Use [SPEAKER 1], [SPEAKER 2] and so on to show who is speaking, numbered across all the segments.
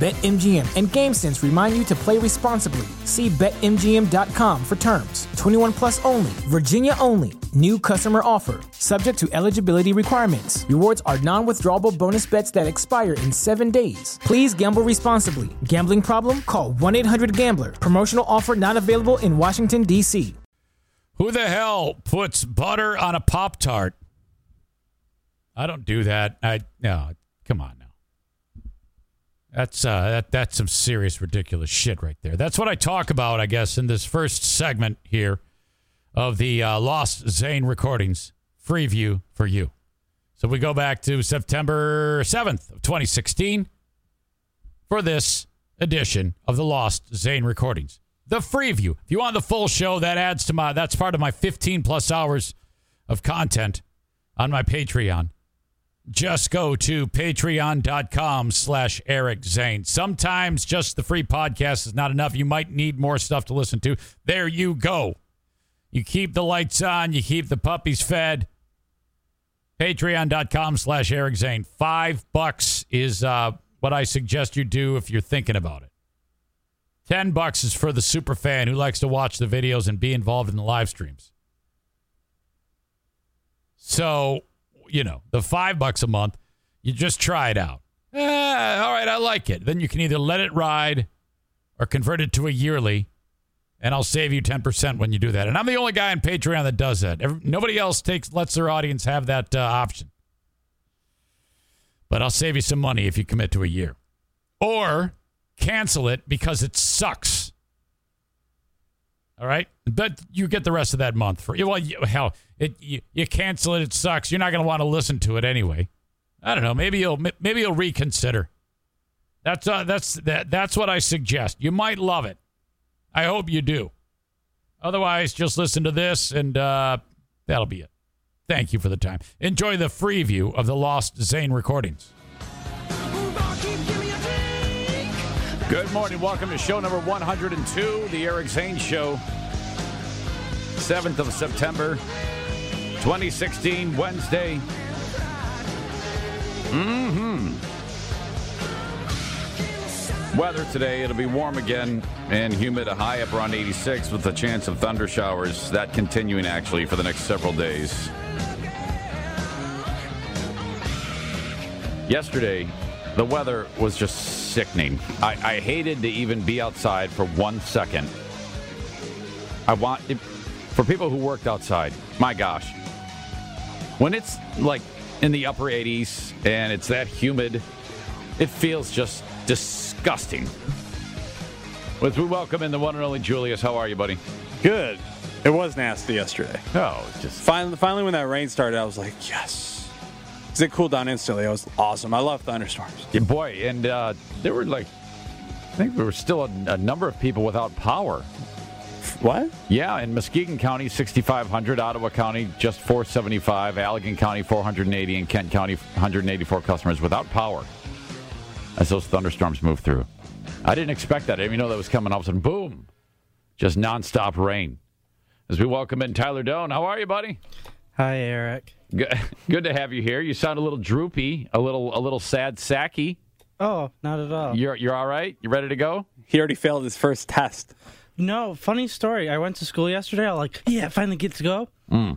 [SPEAKER 1] BetMGM and GameSense remind you to play responsibly. See BetMGM.com for terms. 21 plus only, Virginia only. New customer offer, subject to eligibility requirements. Rewards are non withdrawable bonus bets that expire in seven days. Please gamble responsibly. Gambling problem? Call 1 800 Gambler. Promotional offer not available in Washington, D.C.
[SPEAKER 2] Who the hell puts butter on a Pop Tart? I don't do that. I no, come on now. That's uh, that, that's some serious ridiculous shit right there. That's what I talk about, I guess, in this first segment here of the uh, Lost Zane recordings free view for you. So we go back to September seventh of 2016 for this edition of the Lost Zane recordings, the free view. If you want the full show, that adds to my that's part of my 15 plus hours of content on my Patreon just go to patreon.com slash eric zane sometimes just the free podcast is not enough you might need more stuff to listen to there you go you keep the lights on you keep the puppies fed patreon.com slash eric zane five bucks is uh, what i suggest you do if you're thinking about it ten bucks is for the super fan who likes to watch the videos and be involved in the live streams so you know, the five bucks a month, you just try it out. Eh, all right, I like it. Then you can either let it ride or convert it to a yearly, and I'll save you 10% when you do that. And I'm the only guy on Patreon that does that. Every, nobody else takes lets their audience have that uh, option. But I'll save you some money if you commit to a year. Or cancel it because it sucks. All right, but you get the rest of that month for well, you, hell, it you, you cancel it. It sucks. You're not going to want to listen to it anyway. I don't know. Maybe you'll maybe you'll reconsider. That's uh, that's that that's what I suggest. You might love it. I hope you do. Otherwise, just listen to this, and uh, that'll be it. Thank you for the time. Enjoy the free view of the Lost Zane recordings. Good morning. Welcome to show number 102, the Eric Zane Show. 7th of September, 2016, Wednesday. Mm-hmm. Weather today, it'll be warm again and humid, a high up around 86 with a chance of thunder showers. That continuing actually for the next several days. Yesterday, the weather was just sickening. I, I, hated to even be outside for one second. I want it, for people who worked outside. My gosh, when it's like in the upper 80s and it's that humid, it feels just disgusting. As we welcome in the one and only Julius, how are you, buddy?
[SPEAKER 3] Good. It was nasty yesterday.
[SPEAKER 2] Oh, just
[SPEAKER 3] finally, finally when that rain started, I was like, yes it cooled down instantly. It was awesome. I love thunderstorms.
[SPEAKER 2] Yeah, boy, and uh, there were like, I think there were still a, a, number of people without power.
[SPEAKER 3] What?
[SPEAKER 2] Yeah, in Muskegon County, 6,500. Ottawa County, just 475. Allegan County, 480. And Kent County, 184 customers without power as those thunderstorms moved through. I didn't expect that. I didn't even know that was coming. All of a sudden, boom, just nonstop rain. As we welcome in Tyler Doan. How are you, buddy?
[SPEAKER 4] Hi, Eric.
[SPEAKER 2] Good, good to have you here. You sound a little droopy, a little a little sad sacky.
[SPEAKER 4] Oh, not at all.
[SPEAKER 2] You're you're all right. You ready to go?
[SPEAKER 3] He already failed his first test.
[SPEAKER 4] No, funny story. I went to school yesterday. I like, yeah, I finally get to go.
[SPEAKER 2] Mm.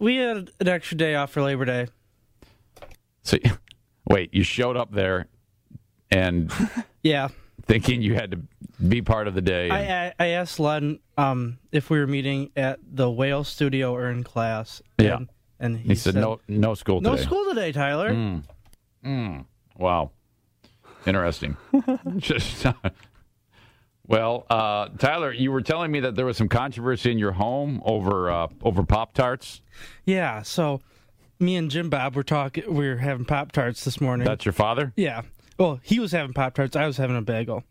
[SPEAKER 4] We had an extra day off for Labor Day.
[SPEAKER 2] So, wait, you showed up there, and
[SPEAKER 4] yeah,
[SPEAKER 2] thinking you had to be part of the day.
[SPEAKER 4] I, I, I asked Len um, if we were meeting at the Whale Studio or in class.
[SPEAKER 2] Yeah.
[SPEAKER 4] And, and he,
[SPEAKER 2] he said,
[SPEAKER 4] said,
[SPEAKER 2] "No, no school
[SPEAKER 4] no
[SPEAKER 2] today.
[SPEAKER 4] school today, Tyler."
[SPEAKER 2] Mm. Mm. Wow, interesting. Just
[SPEAKER 5] Well, uh, Tyler, you were telling me that there was some controversy in your home over uh, over Pop Tarts.
[SPEAKER 4] Yeah, so me and Jim Bob were talking. We were having Pop Tarts this morning.
[SPEAKER 5] That's your father.
[SPEAKER 4] yeah. Well, he was having Pop Tarts. I was having a bagel,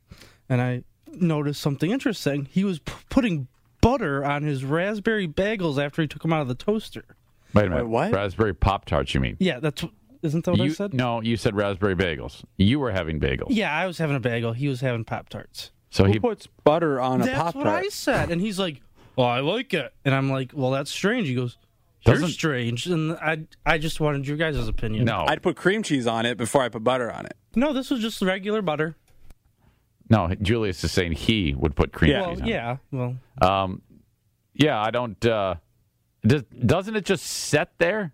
[SPEAKER 4] and I noticed something interesting. He was p- putting butter on his raspberry bagels after he took them out of the toaster.
[SPEAKER 5] Wait a minute.
[SPEAKER 3] what?
[SPEAKER 5] Raspberry Pop Tarts? You mean?
[SPEAKER 4] Yeah, that's isn't that what I
[SPEAKER 5] You-
[SPEAKER 4] said?
[SPEAKER 5] No, you said raspberry bagels. You were having bagels.
[SPEAKER 4] Yeah, I was having a bagel. He was having Pop Tarts.
[SPEAKER 5] So
[SPEAKER 3] Who
[SPEAKER 5] he
[SPEAKER 3] puts butter on a
[SPEAKER 4] That's
[SPEAKER 3] pop
[SPEAKER 4] what I
[SPEAKER 3] tart?
[SPEAKER 4] said. And he's like, "Well, I like it." And I'm like, "Well, that's strange." He goes, "You're
[SPEAKER 5] Doesn't-
[SPEAKER 4] strange." And I, I just wanted your guys' opinion.
[SPEAKER 5] no
[SPEAKER 3] I'd put cream cheese on it before I put butter on it.
[SPEAKER 4] no, this was just regular butter.
[SPEAKER 5] no. Julius is saying he would put cream
[SPEAKER 3] Yeah.
[SPEAKER 5] cheese. on
[SPEAKER 4] Well,
[SPEAKER 5] it. Um,
[SPEAKER 4] yeah. Well,
[SPEAKER 5] Yeah, I don't. Uh, does, doesn't it just set there,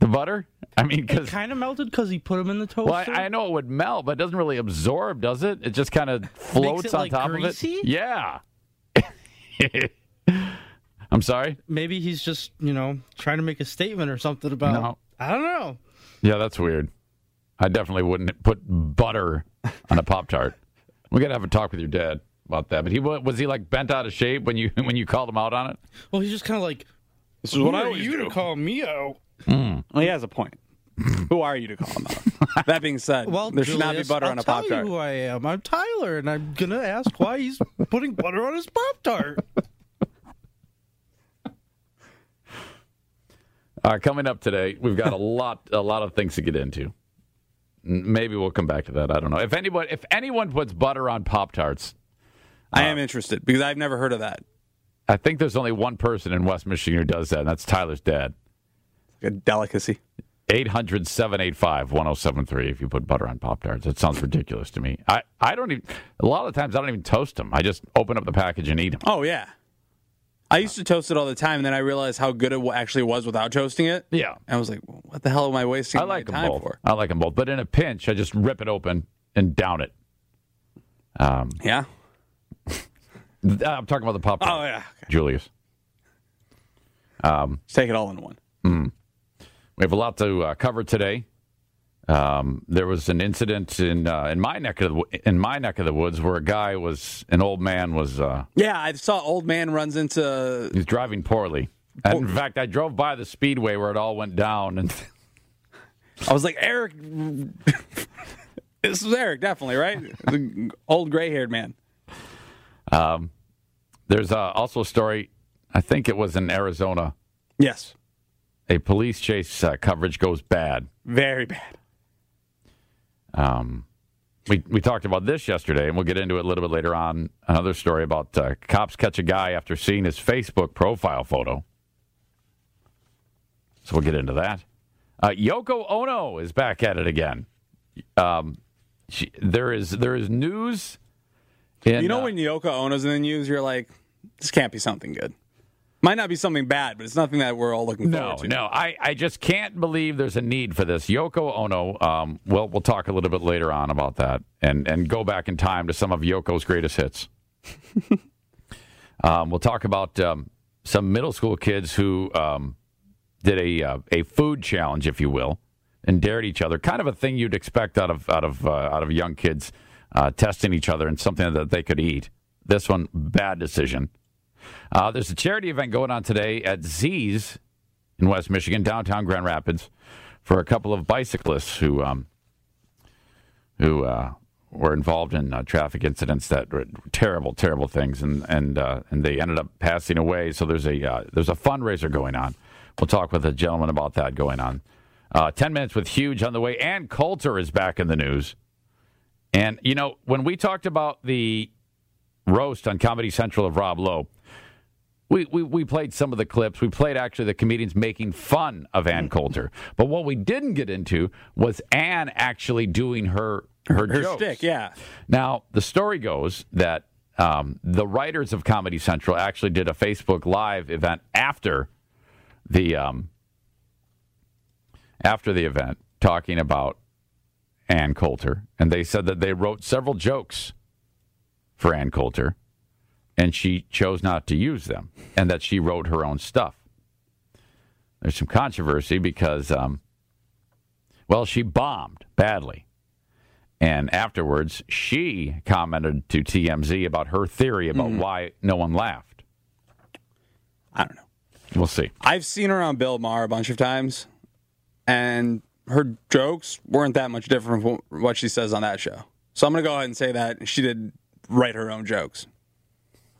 [SPEAKER 5] the butter? I mean,
[SPEAKER 4] it
[SPEAKER 5] because
[SPEAKER 4] kind of melted because he put them in the toaster.
[SPEAKER 5] well, I, I know it would melt, but it doesn't really absorb, does it? It just kind of floats
[SPEAKER 4] it,
[SPEAKER 5] on
[SPEAKER 4] like,
[SPEAKER 5] top
[SPEAKER 4] greasy?
[SPEAKER 5] of it. Yeah. I'm sorry.
[SPEAKER 4] Maybe he's just you know trying to make a statement or something about.
[SPEAKER 5] No.
[SPEAKER 4] I don't know.
[SPEAKER 5] Yeah, that's weird. I definitely wouldn't put butter on a pop tart. We gotta have a talk with your dad about that. But he wa- was he like bent out of shape when you when you called him out on it?
[SPEAKER 4] Well, he's just kind of like,
[SPEAKER 3] This is what
[SPEAKER 4] "Who
[SPEAKER 3] I
[SPEAKER 4] are
[SPEAKER 3] always
[SPEAKER 4] you
[SPEAKER 3] do.
[SPEAKER 4] to call me out?"
[SPEAKER 3] Well, he has a point. Who are you to call him out? that being said,
[SPEAKER 4] Well,
[SPEAKER 3] there should not be
[SPEAKER 4] Julius,
[SPEAKER 3] butter
[SPEAKER 4] I'll
[SPEAKER 3] on a
[SPEAKER 4] tell
[SPEAKER 3] pop tart.
[SPEAKER 4] You who I am? I'm Tyler, and I'm gonna ask why he's putting butter on his pop tart.
[SPEAKER 5] Uh, coming up today, we've got a lot a lot of things to get into. N- Maybe we'll come back to that. I don't know. If anyone if anyone puts butter on pop tarts,
[SPEAKER 3] I am interested because I've never heard of that.
[SPEAKER 5] I think there's only one person in West Michigan who does that, and that's Tyler's dad.
[SPEAKER 3] Like a delicacy.
[SPEAKER 5] 800 785 1073 if you put butter on Pop Tarts. That sounds ridiculous to me. I, I don't even, a lot of times I don't even toast them. I just open up the package and eat them.
[SPEAKER 3] Oh yeah. I used to toast it all the time, and then I realized how good it wa- actually was without toasting it.
[SPEAKER 5] Yeah.
[SPEAKER 3] And I was like, well, what the hell am I wasting
[SPEAKER 5] I like
[SPEAKER 3] my
[SPEAKER 5] them
[SPEAKER 3] time
[SPEAKER 5] both.
[SPEAKER 3] for?
[SPEAKER 5] I like them both. But in a pinch, I just rip it open and down it.
[SPEAKER 3] Yeah.
[SPEAKER 5] Th- I'm talking about the Pop Tart.
[SPEAKER 3] Oh yeah. Okay.
[SPEAKER 5] Julius.
[SPEAKER 3] Just take it all in one.
[SPEAKER 5] We have a lot to uh, cover today. Um, there was an incident in uh, in my neck of the, wo- in my neck of the woods where a guy was an old man was uh,
[SPEAKER 3] Yeah, I saw old man runs into.
[SPEAKER 5] He's driving poorly.
[SPEAKER 3] Oh.
[SPEAKER 5] And in fact, I drove by the speedway where it all went down, and
[SPEAKER 3] I was like, Eric. this was Eric, definitely right. The old gray haired man.
[SPEAKER 5] there's uh, also a story. I think it was in Arizona.
[SPEAKER 3] Yes.
[SPEAKER 5] A police chase uh, coverage goes bad.
[SPEAKER 3] Very bad.
[SPEAKER 5] Um, we we talked about this yesterday, and we'll get into it a little bit later on. Another story about uh, cops catch a guy after seeing his Facebook profile photo. So we'll get into that. Uh, Yoko Ono is back at it again. Um, she, there is there is news. In,
[SPEAKER 3] you know
[SPEAKER 5] uh,
[SPEAKER 3] when Yoko Ono's in the news, you're like, this can't be something good. Might not be something bad, but it's nothing that we're all looking
[SPEAKER 5] No,
[SPEAKER 3] forward to.
[SPEAKER 5] no, I, I just can't believe there's a need for this. Yoko Ono. Um, well, we'll talk a little bit later on about that, and and go back in time to some of Yoko's greatest hits. um, we'll talk about um, some middle school kids who um, did a uh, a food challenge, if you will, and dared each other. Kind of a thing you'd expect out of out of uh, out of young kids uh, testing each other and something that they could eat. This one, bad decision. Uh, there's a charity event going on today at Z's in West Michigan, downtown Grand Rapids, for a couple of bicyclists who um, who uh, were involved in uh, traffic incidents that were terrible, terrible things, and and uh, and they ended up passing away. So there's a uh, there's a fundraiser going on. We'll talk with a gentleman about that going on. Uh, Ten minutes with huge on the way. Ann Coulter is back in the news, and you know when we talked about the roast on Comedy Central of Rob Lowe. We, we, we played some of the clips. We played actually the comedians making fun of Ann Coulter. But what we didn't get into was Ann actually doing her her,
[SPEAKER 3] Her
[SPEAKER 5] jokes.
[SPEAKER 3] shtick, yeah.
[SPEAKER 5] Now, the story goes that um, the writers of Comedy Central actually did a Facebook Live event after the um, after the event, talking about Ann Coulter, and they said that they wrote several jokes for Ann Coulter, and she chose not to use them, and that she wrote her own stuff. There's some controversy because, um, well, she bombed badly And afterwards, she commented to TMZ about her theory about
[SPEAKER 3] Mm-hmm.
[SPEAKER 5] why no one laughed.
[SPEAKER 3] I don't know.
[SPEAKER 5] We'll see.
[SPEAKER 3] I've seen her on Bill Maher a bunch of times, and her jokes weren't that much different from what she says on that show. So I'm going to go ahead and say that she did write her own jokes.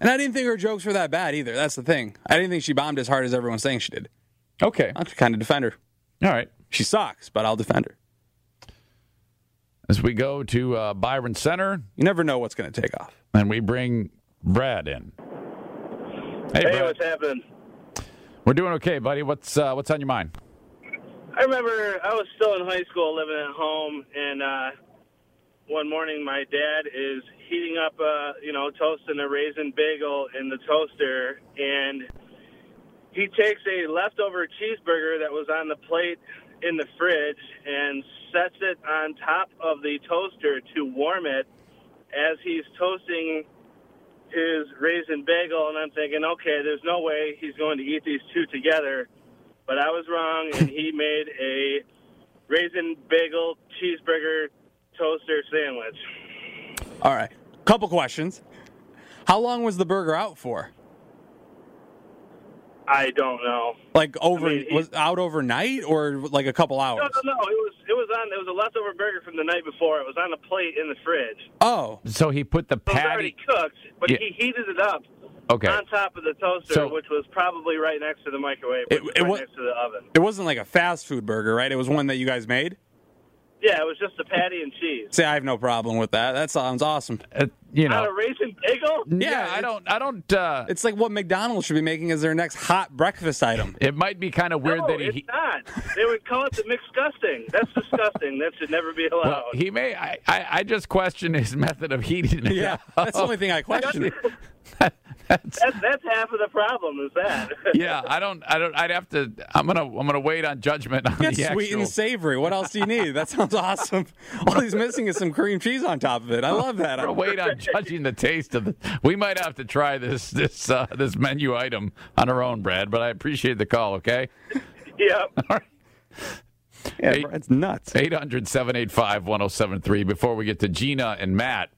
[SPEAKER 3] And I didn't think her jokes were that bad either. That's the thing. I didn't think she bombed as hard as everyone's saying she did.
[SPEAKER 5] Okay.
[SPEAKER 3] I'll kind of defend her.
[SPEAKER 5] All right.
[SPEAKER 3] She sucks, but I'll defend her.
[SPEAKER 5] As we go to uh, Byron Center
[SPEAKER 3] You never know what's going to take off.
[SPEAKER 5] and we bring Brad in. Hey,
[SPEAKER 6] Hey,
[SPEAKER 5] Brad.
[SPEAKER 6] what's happening?
[SPEAKER 5] We're doing okay, buddy. What's uh, what's on your mind?
[SPEAKER 6] I remember I was still in high school, living at home, and uh, one morning my dad is heating up, uh, you know, toasting a raisin bagel in the toaster, and he takes a leftover cheeseburger that was on the plate in the fridge and sets it on top of the toaster to warm it as he's toasting his raisin bagel, and I'm thinking, okay, there's no way he's going to eat these two together. But I was wrong, and he made a raisin bagel cheeseburger toaster sandwich.
[SPEAKER 3] All right. Couple questions. How long was the burger out for?
[SPEAKER 6] I don't know.
[SPEAKER 3] Like over
[SPEAKER 6] I mean, he-
[SPEAKER 3] was out overnight or like a couple hours?
[SPEAKER 6] No, no, no. It was it was on. It was a leftover burger from the night before. It was on a plate in the fridge.
[SPEAKER 3] Oh,
[SPEAKER 5] So he put the
[SPEAKER 6] It was already
[SPEAKER 5] patty.
[SPEAKER 6] cooked, but
[SPEAKER 5] Yeah.
[SPEAKER 6] he heated it up
[SPEAKER 5] Okay.
[SPEAKER 6] on top of the toaster,
[SPEAKER 5] So-
[SPEAKER 6] which was probably right next to the microwave,
[SPEAKER 3] It-
[SPEAKER 6] which was
[SPEAKER 3] it
[SPEAKER 6] right
[SPEAKER 3] wa-
[SPEAKER 6] next to the oven.
[SPEAKER 3] it wasn't like a fast food burger, right? It was one that you guys made.
[SPEAKER 6] Yeah, it was just the patty and cheese.
[SPEAKER 3] See, I have no problem with that. That sounds awesome.
[SPEAKER 5] Uh, you
[SPEAKER 6] On a
[SPEAKER 5] know.
[SPEAKER 6] raisin bagel?
[SPEAKER 5] Yeah,
[SPEAKER 3] Yeah,
[SPEAKER 5] I
[SPEAKER 3] it's-
[SPEAKER 5] don't. I don't. Uh,
[SPEAKER 3] It's like what McDonald's should be making as their next hot breakfast item.
[SPEAKER 5] it might be kind of weird
[SPEAKER 6] no,
[SPEAKER 5] that he.
[SPEAKER 6] it's not. They would call it the McSgusting. That's disgusting. That should never be allowed.
[SPEAKER 5] Well, he may. I, I, I just question his method of heating it.
[SPEAKER 3] Yeah, that's the only thing I question.
[SPEAKER 6] that's, that's half of the problem. Is that?
[SPEAKER 5] yeah, I don't. I don't. I'd have to. I'm gonna. I'm gonna wait on judgment on
[SPEAKER 3] It's
[SPEAKER 5] the
[SPEAKER 3] sweet
[SPEAKER 5] actual.
[SPEAKER 3] and savory. What else do you need? That sounds awesome. All he's missing is some cream cheese on top of it. I love that.
[SPEAKER 5] I'm gonna wait on judging the taste of. The, we might have to try this this uh, this menu item on our own, Brad. But I appreciate the call. Okay.
[SPEAKER 6] yep.
[SPEAKER 3] Yeah,
[SPEAKER 5] Hey.
[SPEAKER 3] it's nuts.
[SPEAKER 5] 800 785 1073. Before we get to Gina and Matt,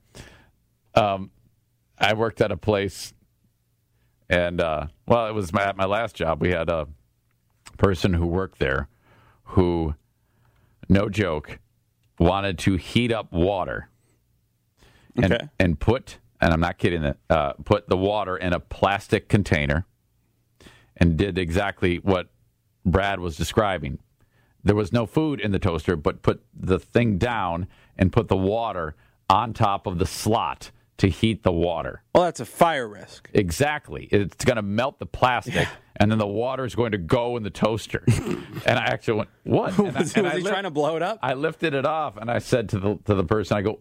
[SPEAKER 5] um, I worked at a place, and uh, well, it was my, at my last job. We had a person who worked there who, no joke, wanted to heat up water and,
[SPEAKER 3] Okay.
[SPEAKER 5] and put, and I'm not kidding, uh, put the water in a plastic container and did exactly what Brad was describing. There was no food in the toaster, but put the thing down and put the water on top of the slot to heat the water.
[SPEAKER 3] Well, that's a fire risk.
[SPEAKER 5] Exactly. It's going to melt the plastic, and then the water is going to go in the toaster. and I actually went, "What?" And I-
[SPEAKER 3] Was,
[SPEAKER 5] and
[SPEAKER 3] was
[SPEAKER 5] I
[SPEAKER 3] he
[SPEAKER 5] lit-
[SPEAKER 3] trying to blow it up?
[SPEAKER 5] I lifted it off and I said to the to the person, I go,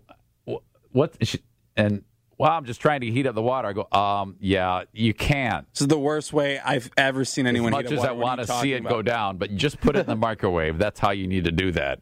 [SPEAKER 5] "Wh- "What?" She, and well, I'm just trying to heat up the water. I go, "Um, yeah, you can't."
[SPEAKER 3] This is the worst way I've ever seen anyone.
[SPEAKER 5] As much
[SPEAKER 3] heat up
[SPEAKER 5] as I
[SPEAKER 3] water. What are
[SPEAKER 5] want
[SPEAKER 3] you
[SPEAKER 5] to see
[SPEAKER 3] talking
[SPEAKER 5] it
[SPEAKER 3] about?
[SPEAKER 5] go down, but just put it in the microwave. That's how you need to do that.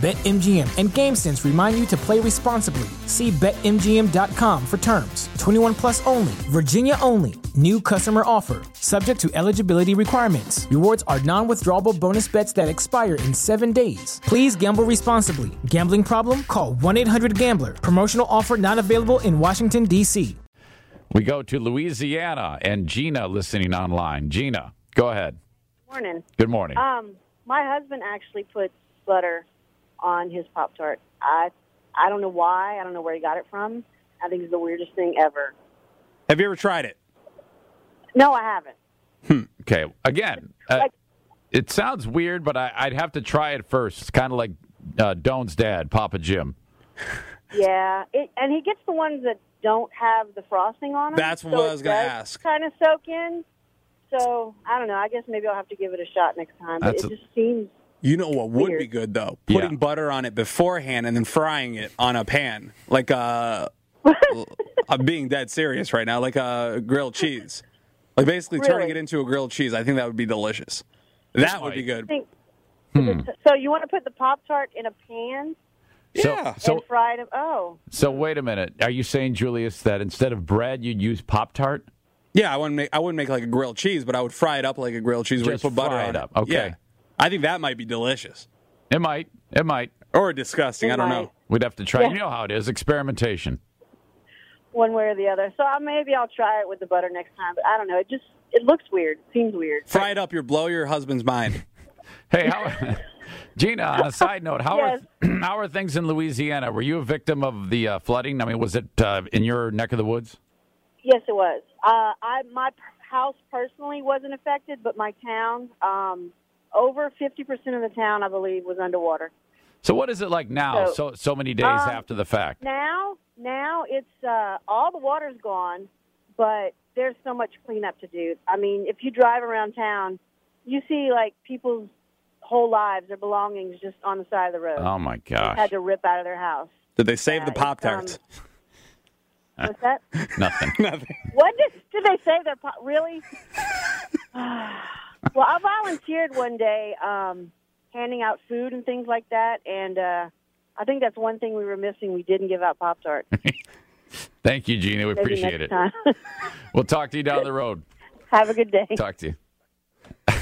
[SPEAKER 1] BetMGM and GameSense remind you to play responsibly. See BetMGM.com for terms. 21 plus only, Virginia only. New customer offer, subject to eligibility requirements. Rewards are non withdrawable bonus bets that expire in seven days. Please gamble responsibly. Gambling problem? Call 1 800 Gambler. Promotional offer not available in Washington, D.C.
[SPEAKER 5] We go to Louisiana and Gina listening online. Gina, go ahead.
[SPEAKER 7] Morning.
[SPEAKER 5] Good morning.
[SPEAKER 7] Um, my husband actually puts butter on his pop tart. I I don't know why. I don't know where he got it from. I think it's the weirdest thing ever.
[SPEAKER 3] Have you ever tried it?
[SPEAKER 7] No, I haven't.
[SPEAKER 5] okay, again, uh, it sounds weird, but I, I'd have to try it first. It's kind of like uh, Doan's dad, Papa Jim.
[SPEAKER 7] Yeah, it, and he gets the ones that don't have the frosting on them.
[SPEAKER 3] That's what I was gonna ask.
[SPEAKER 7] Kind of soak in. So I don't know. I guess maybe I'll have to give it a shot next time. But
[SPEAKER 2] That's
[SPEAKER 7] it
[SPEAKER 2] a-
[SPEAKER 7] just seems
[SPEAKER 3] You know what would
[SPEAKER 7] Weird.
[SPEAKER 3] be good though? Putting
[SPEAKER 2] Yeah.
[SPEAKER 3] butter on it beforehand and then frying it on a pan, like uh, I'm being dead serious right now, like a grilled cheese, like basically turning
[SPEAKER 7] Really?
[SPEAKER 3] it into a grilled cheese. I think that would be delicious. That would be
[SPEAKER 7] I
[SPEAKER 3] good.
[SPEAKER 7] think.
[SPEAKER 3] Hmm.
[SPEAKER 7] So you want to put the pop tart in a pan
[SPEAKER 2] So,
[SPEAKER 3] Yeah.
[SPEAKER 2] so,
[SPEAKER 7] and fry it? Oh,
[SPEAKER 2] so wait a minute. Are you saying, Julius, that instead of bread, you'd use Pop Tart?
[SPEAKER 3] Yeah, I wouldn't make I wouldn't make like a grilled cheese, but I would fry it up like a grilled cheese. where you
[SPEAKER 2] Just
[SPEAKER 3] put butter
[SPEAKER 2] fry it
[SPEAKER 3] on
[SPEAKER 2] up. Okay.
[SPEAKER 3] Yeah. I think that might be delicious
[SPEAKER 2] It might. It might.
[SPEAKER 3] or disgusting. I don't
[SPEAKER 7] might.
[SPEAKER 3] know.
[SPEAKER 2] We'd have to try. You know how it is experimentation.
[SPEAKER 7] one way or the other. So I, maybe I'll try it with the butter next time. But I don't know. It just it looks weird. Seems weird.
[SPEAKER 3] Fry it up. You blow your husband's mind.
[SPEAKER 2] Hey, how, Gina, on a side note, how, are, how are things in Louisiana? Were you a victim of the uh, flooding? I mean, was it uh, in your neck of the woods?
[SPEAKER 7] Yes, it was. Uh, I my p- house personally wasn't affected, but my town, um, over fifty percent of the town, I believe, was underwater.
[SPEAKER 2] So, what is it like now, so,
[SPEAKER 7] So,
[SPEAKER 2] so, many days
[SPEAKER 7] um,
[SPEAKER 2] after the fact?
[SPEAKER 7] Now, now it's uh, all the water's gone, but there's so much cleanup to do. I mean, if you drive around town, you see like people's whole lives, their belongings, just on the side of the road.
[SPEAKER 2] Oh, my
[SPEAKER 7] had
[SPEAKER 2] gosh.
[SPEAKER 7] to rip out of their house.
[SPEAKER 3] Did they save
[SPEAKER 7] Yeah,
[SPEAKER 3] the
[SPEAKER 7] it's, um,
[SPEAKER 3] pop tarts?
[SPEAKER 7] What's that?
[SPEAKER 2] Nothing.
[SPEAKER 7] What did, did they say? Their po- really? well, I volunteered one day, um, handing out food and things like that, and uh, I think that's one thing we were missing. We didn't give out pop tarts.
[SPEAKER 2] Thank you, Gina. We appreciate it. We'll talk to you down the road.
[SPEAKER 7] Have a good day.
[SPEAKER 2] Talk to you.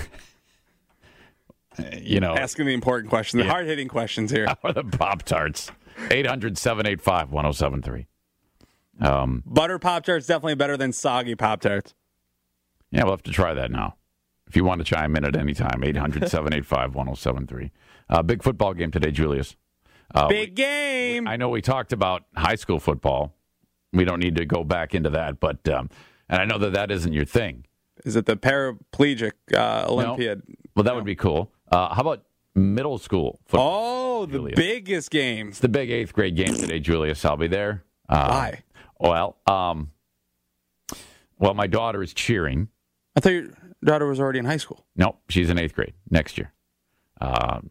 [SPEAKER 2] you know,
[SPEAKER 3] Asking the important questions, the hard hitting questions here.
[SPEAKER 2] or the Pop Tarts. 800 785 1073. Um,
[SPEAKER 3] Butter pop tarts definitely better than soggy pop tarts.
[SPEAKER 2] yeah, we'll have to try that now. If you want to chime in at any time, 800 785 1073. Uh, Big football game today, Julius. Uh, we-
[SPEAKER 3] Big game.
[SPEAKER 2] I know we talked about high school football. We don't need to go back into that, but, um, and I know that that isn't your thing.
[SPEAKER 3] Is it the paraplegic uh, Olympiad?
[SPEAKER 2] Well, that would be cool. Uh, how about middle school football?
[SPEAKER 3] Oh, the
[SPEAKER 2] Julia.
[SPEAKER 3] biggest game.
[SPEAKER 2] It's the big eighth grade game today, Julius. I'll be there. Uh,
[SPEAKER 3] Why?
[SPEAKER 2] Well, um, well, my daughter is cheering.
[SPEAKER 3] I thought your daughter was already in high school.
[SPEAKER 2] Nope, she's in eighth grade next year. Um,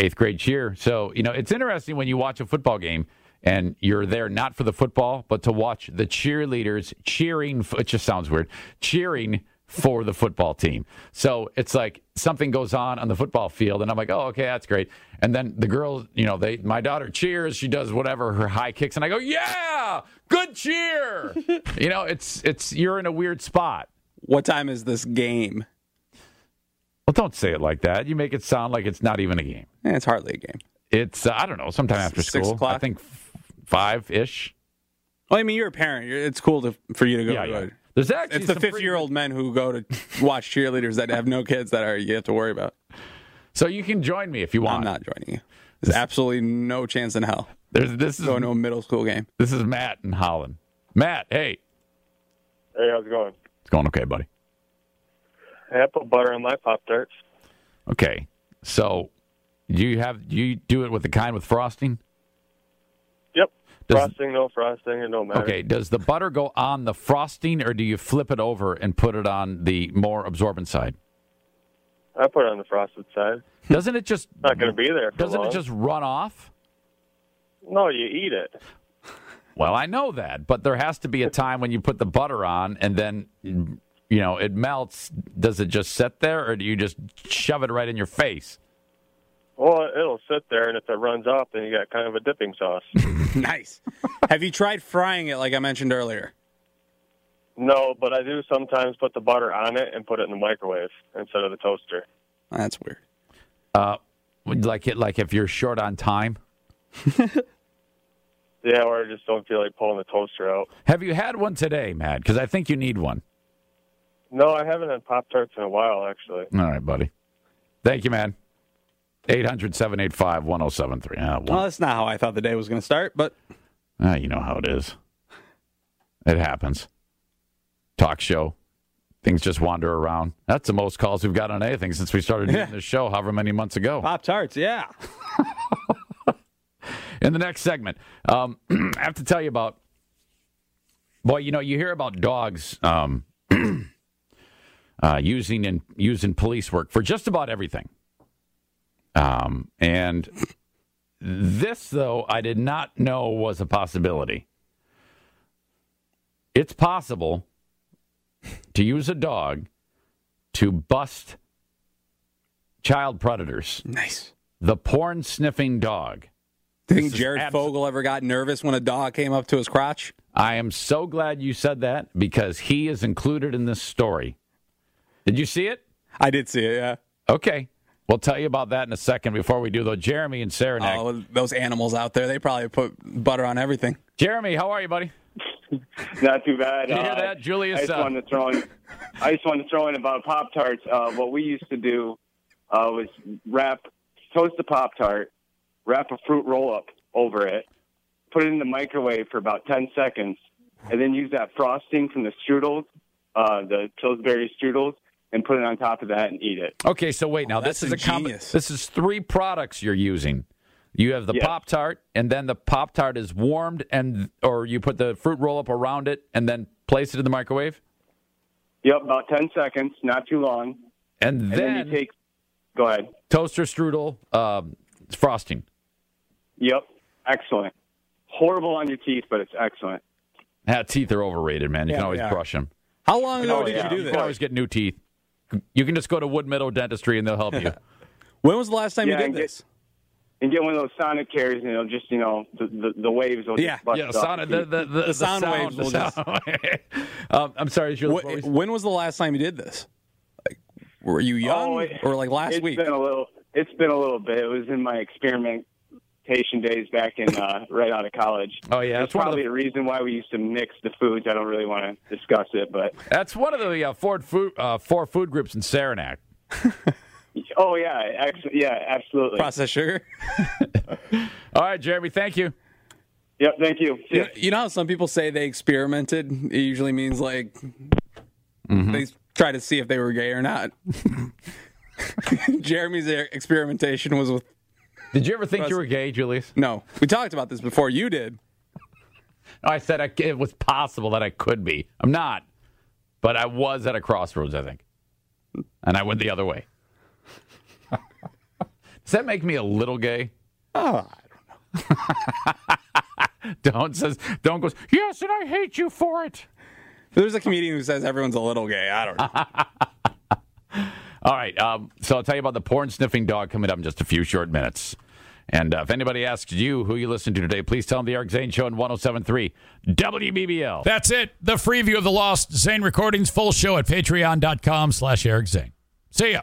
[SPEAKER 2] eighth grade cheer. So you know, it's interesting when you watch a football game and you're there not for the football, but to watch the cheerleaders cheering. f- It just sounds weird. Cheering for the football team. So it's like something goes on on the football field, and I'm like, oh, okay, that's great. And then the girls, you know, they my daughter cheers. She does whatever her high kicks, and I go, yeah, good cheer. you know, it's it's you're in a weird spot.
[SPEAKER 3] What time is this game?
[SPEAKER 2] Well, don't say it like that. You make it sound like it's not even a game.
[SPEAKER 3] Eh, it's hardly a game.
[SPEAKER 2] It's uh, I don't know, sometime after
[SPEAKER 3] Six
[SPEAKER 2] school. I
[SPEAKER 3] o'clock?
[SPEAKER 2] think f- five ish.
[SPEAKER 3] Well, I mean, you're a parent. You're, it's cool to, for you to go.
[SPEAKER 2] Yeah,
[SPEAKER 3] to
[SPEAKER 2] yeah.
[SPEAKER 3] it.
[SPEAKER 2] There's actually
[SPEAKER 3] It's the
[SPEAKER 2] some
[SPEAKER 3] fifty year old men who go to watch cheerleaders that have no kids that are you have to worry about.
[SPEAKER 2] pretty- So you can join me if you want.
[SPEAKER 3] I'm not joining you. There's absolutely no chance in hell
[SPEAKER 2] There's this is
[SPEAKER 3] going to a middle school game.
[SPEAKER 2] this is Matt in Holland. Matt, hey,
[SPEAKER 6] Hey, how's it going?
[SPEAKER 2] it's going okay, buddy.
[SPEAKER 6] I put butter on my pop tarts.
[SPEAKER 2] Okay, so you have you do it with the kind with frosting?
[SPEAKER 6] Yep.
[SPEAKER 2] Does-
[SPEAKER 6] frosting, no frosting, it don't matter.
[SPEAKER 2] Okay, does the butter go on the frosting, or do you flip it over and put it on the more absorbent side?
[SPEAKER 6] I put it on the frosted side.
[SPEAKER 3] Hmm.
[SPEAKER 2] Doesn't it just
[SPEAKER 3] Uh,
[SPEAKER 6] Not going to be there. For
[SPEAKER 2] doesn't it
[SPEAKER 6] long.
[SPEAKER 2] just run off?
[SPEAKER 6] No, you eat it.
[SPEAKER 2] Well, I know that, but there has to be a time when you put the butter on and then you know it melts. Does it just sit there, or do you just shove it right in your face?
[SPEAKER 6] Well, it'll sit there, and if it runs off, then you got kind of a dipping sauce.
[SPEAKER 3] Nice. have you tried frying it like I mentioned earlier?
[SPEAKER 6] no, but I do sometimes put the butter on it and put it in the microwave instead of the toaster.
[SPEAKER 3] That's weird.
[SPEAKER 2] Like it, like if you're short on time.
[SPEAKER 6] Yeah, or I just don't feel like pulling the toaster out.
[SPEAKER 2] Have you had one today, Matt? Because I think you need one.
[SPEAKER 6] No, I haven't had Pop Tarts in a while, actually.
[SPEAKER 2] All right, buddy. Thank you, man. 800-785-1073. Ah, well,
[SPEAKER 3] Well, that's not how I thought the day was going to start, but
[SPEAKER 2] ah, you know how it is. It happens. Talk show. Things just wander around. That's the most calls we've got on anything since we started doing this show, however many months ago.
[SPEAKER 3] Pop Tarts, yeah.
[SPEAKER 2] in the next segment. Um, I have to tell you about Boy, you know, you hear about dogs um, uh, using in using police work for just about everything. Um, and this, though, I did not know was a possibility. It's possible to use a dog to bust child predators.
[SPEAKER 3] Nice.
[SPEAKER 2] The porn sniffing dog.
[SPEAKER 3] Do you think
[SPEAKER 2] is
[SPEAKER 3] Jared
[SPEAKER 2] abs-
[SPEAKER 3] Fogle ever got nervous when a dog came up to his crotch?
[SPEAKER 2] I am so glad you said that because he is included in this story. Did you see it?
[SPEAKER 3] I did see it. Yeah.
[SPEAKER 2] Okay. We'll tell you about that in a second. Before we do, though, Jeremy and Saranac.
[SPEAKER 3] Oh, those animals out there—they probably put butter on everything.
[SPEAKER 2] Jeremy, how are you, buddy?
[SPEAKER 6] Not too bad.
[SPEAKER 2] Did you hear
[SPEAKER 6] Uh,
[SPEAKER 2] that? Julius,
[SPEAKER 6] I just
[SPEAKER 2] uh,
[SPEAKER 6] wanted to throw in. I just wanted to throw in about Pop Tarts. Uh, what we used to do uh, was wrap toast a Pop Tart, wrap a fruit roll up over it, put it in the microwave for about ten seconds, and then use that frosting from the strudels, uh, the Pillsbury strudels, and put it on top of that and eat it.
[SPEAKER 2] Okay, so wait now.
[SPEAKER 3] that's
[SPEAKER 2] this is a combi-
[SPEAKER 3] ingenious.
[SPEAKER 2] This is three products you're using. You have the
[SPEAKER 6] Yes.
[SPEAKER 2] Pop Tart, and then the Pop Tart is warmed, and or you put the fruit roll up around it, and then place it in the microwave,
[SPEAKER 6] Yep, about ten seconds, not too long,
[SPEAKER 2] and,
[SPEAKER 6] and
[SPEAKER 2] then,
[SPEAKER 6] then you take. Go ahead.
[SPEAKER 2] toaster strudel um, frosting.
[SPEAKER 6] Yep, excellent. Horrible on your teeth, but it's excellent.
[SPEAKER 2] Ah, teeth are overrated, man. You can
[SPEAKER 3] they
[SPEAKER 2] always
[SPEAKER 3] are.
[SPEAKER 2] brush them.
[SPEAKER 3] How long ago
[SPEAKER 6] Oh,
[SPEAKER 3] did
[SPEAKER 6] yeah.
[SPEAKER 3] you do
[SPEAKER 2] You
[SPEAKER 3] this?
[SPEAKER 2] can always get new teeth. You can just go to Wood Meadow Dentistry, and they'll help you.
[SPEAKER 3] When was the last time
[SPEAKER 6] Yeah,
[SPEAKER 3] you
[SPEAKER 6] and
[SPEAKER 3] did
[SPEAKER 6] get-
[SPEAKER 3] this?
[SPEAKER 6] and get one of those sonic carriers, and it'll just you know the the, the waves will
[SPEAKER 3] Yeah,
[SPEAKER 6] just bust
[SPEAKER 2] yeah,
[SPEAKER 6] it up.
[SPEAKER 2] sound, the, the, the, the
[SPEAKER 3] sound waves
[SPEAKER 2] the
[SPEAKER 3] will just-
[SPEAKER 2] sound- um, I'm sorry, is your
[SPEAKER 3] Wh- when was the last time you did this? Like, were you young
[SPEAKER 6] Oh, it-
[SPEAKER 3] or like last
[SPEAKER 6] It's
[SPEAKER 3] week?
[SPEAKER 6] been a little. It's been a little bit. It was in my experimentation days back in uh, right out of college.
[SPEAKER 2] Oh, yeah,
[SPEAKER 6] that's
[SPEAKER 2] it's one of
[SPEAKER 6] probably
[SPEAKER 2] the-
[SPEAKER 6] a reason why we used to mix the foods. I don't really want to discuss it, but
[SPEAKER 2] That's one of the uh, Ford food, uh, four food groups in Saranac.
[SPEAKER 6] oh yeah, ex- yeah, absolutely.
[SPEAKER 3] Processed sugar.
[SPEAKER 2] All right, Jeremy, thank you.
[SPEAKER 6] Yep, thank you. See ya.
[SPEAKER 3] You, you know how some people say they experimented? It usually means like they try to see if they were gay or not. Jeremy's e- experimentation was with
[SPEAKER 2] Did you ever think you were gay, Julius?
[SPEAKER 3] no. We talked about this before. You did.
[SPEAKER 2] I said I, it was possible that I could be. I'm not, but I was at a crossroads, I think, and I went the other way. Does that make me a little gay? Oh, I don't know. don't says don't goes. Yes, and I hate you for it.
[SPEAKER 3] There's a comedian who says everyone's a little gay. I don't know.
[SPEAKER 2] All right. Um, so I'll tell you about the porn sniffing dog coming up in just a few short minutes. And uh, if anybody asks you who you listen to today, please tell them the Eric Zane Show on 107.3 WBBL.
[SPEAKER 8] That's it. The free view of the Lost Zane recordings, full show at patreon.com slash Eric Zane. See ya.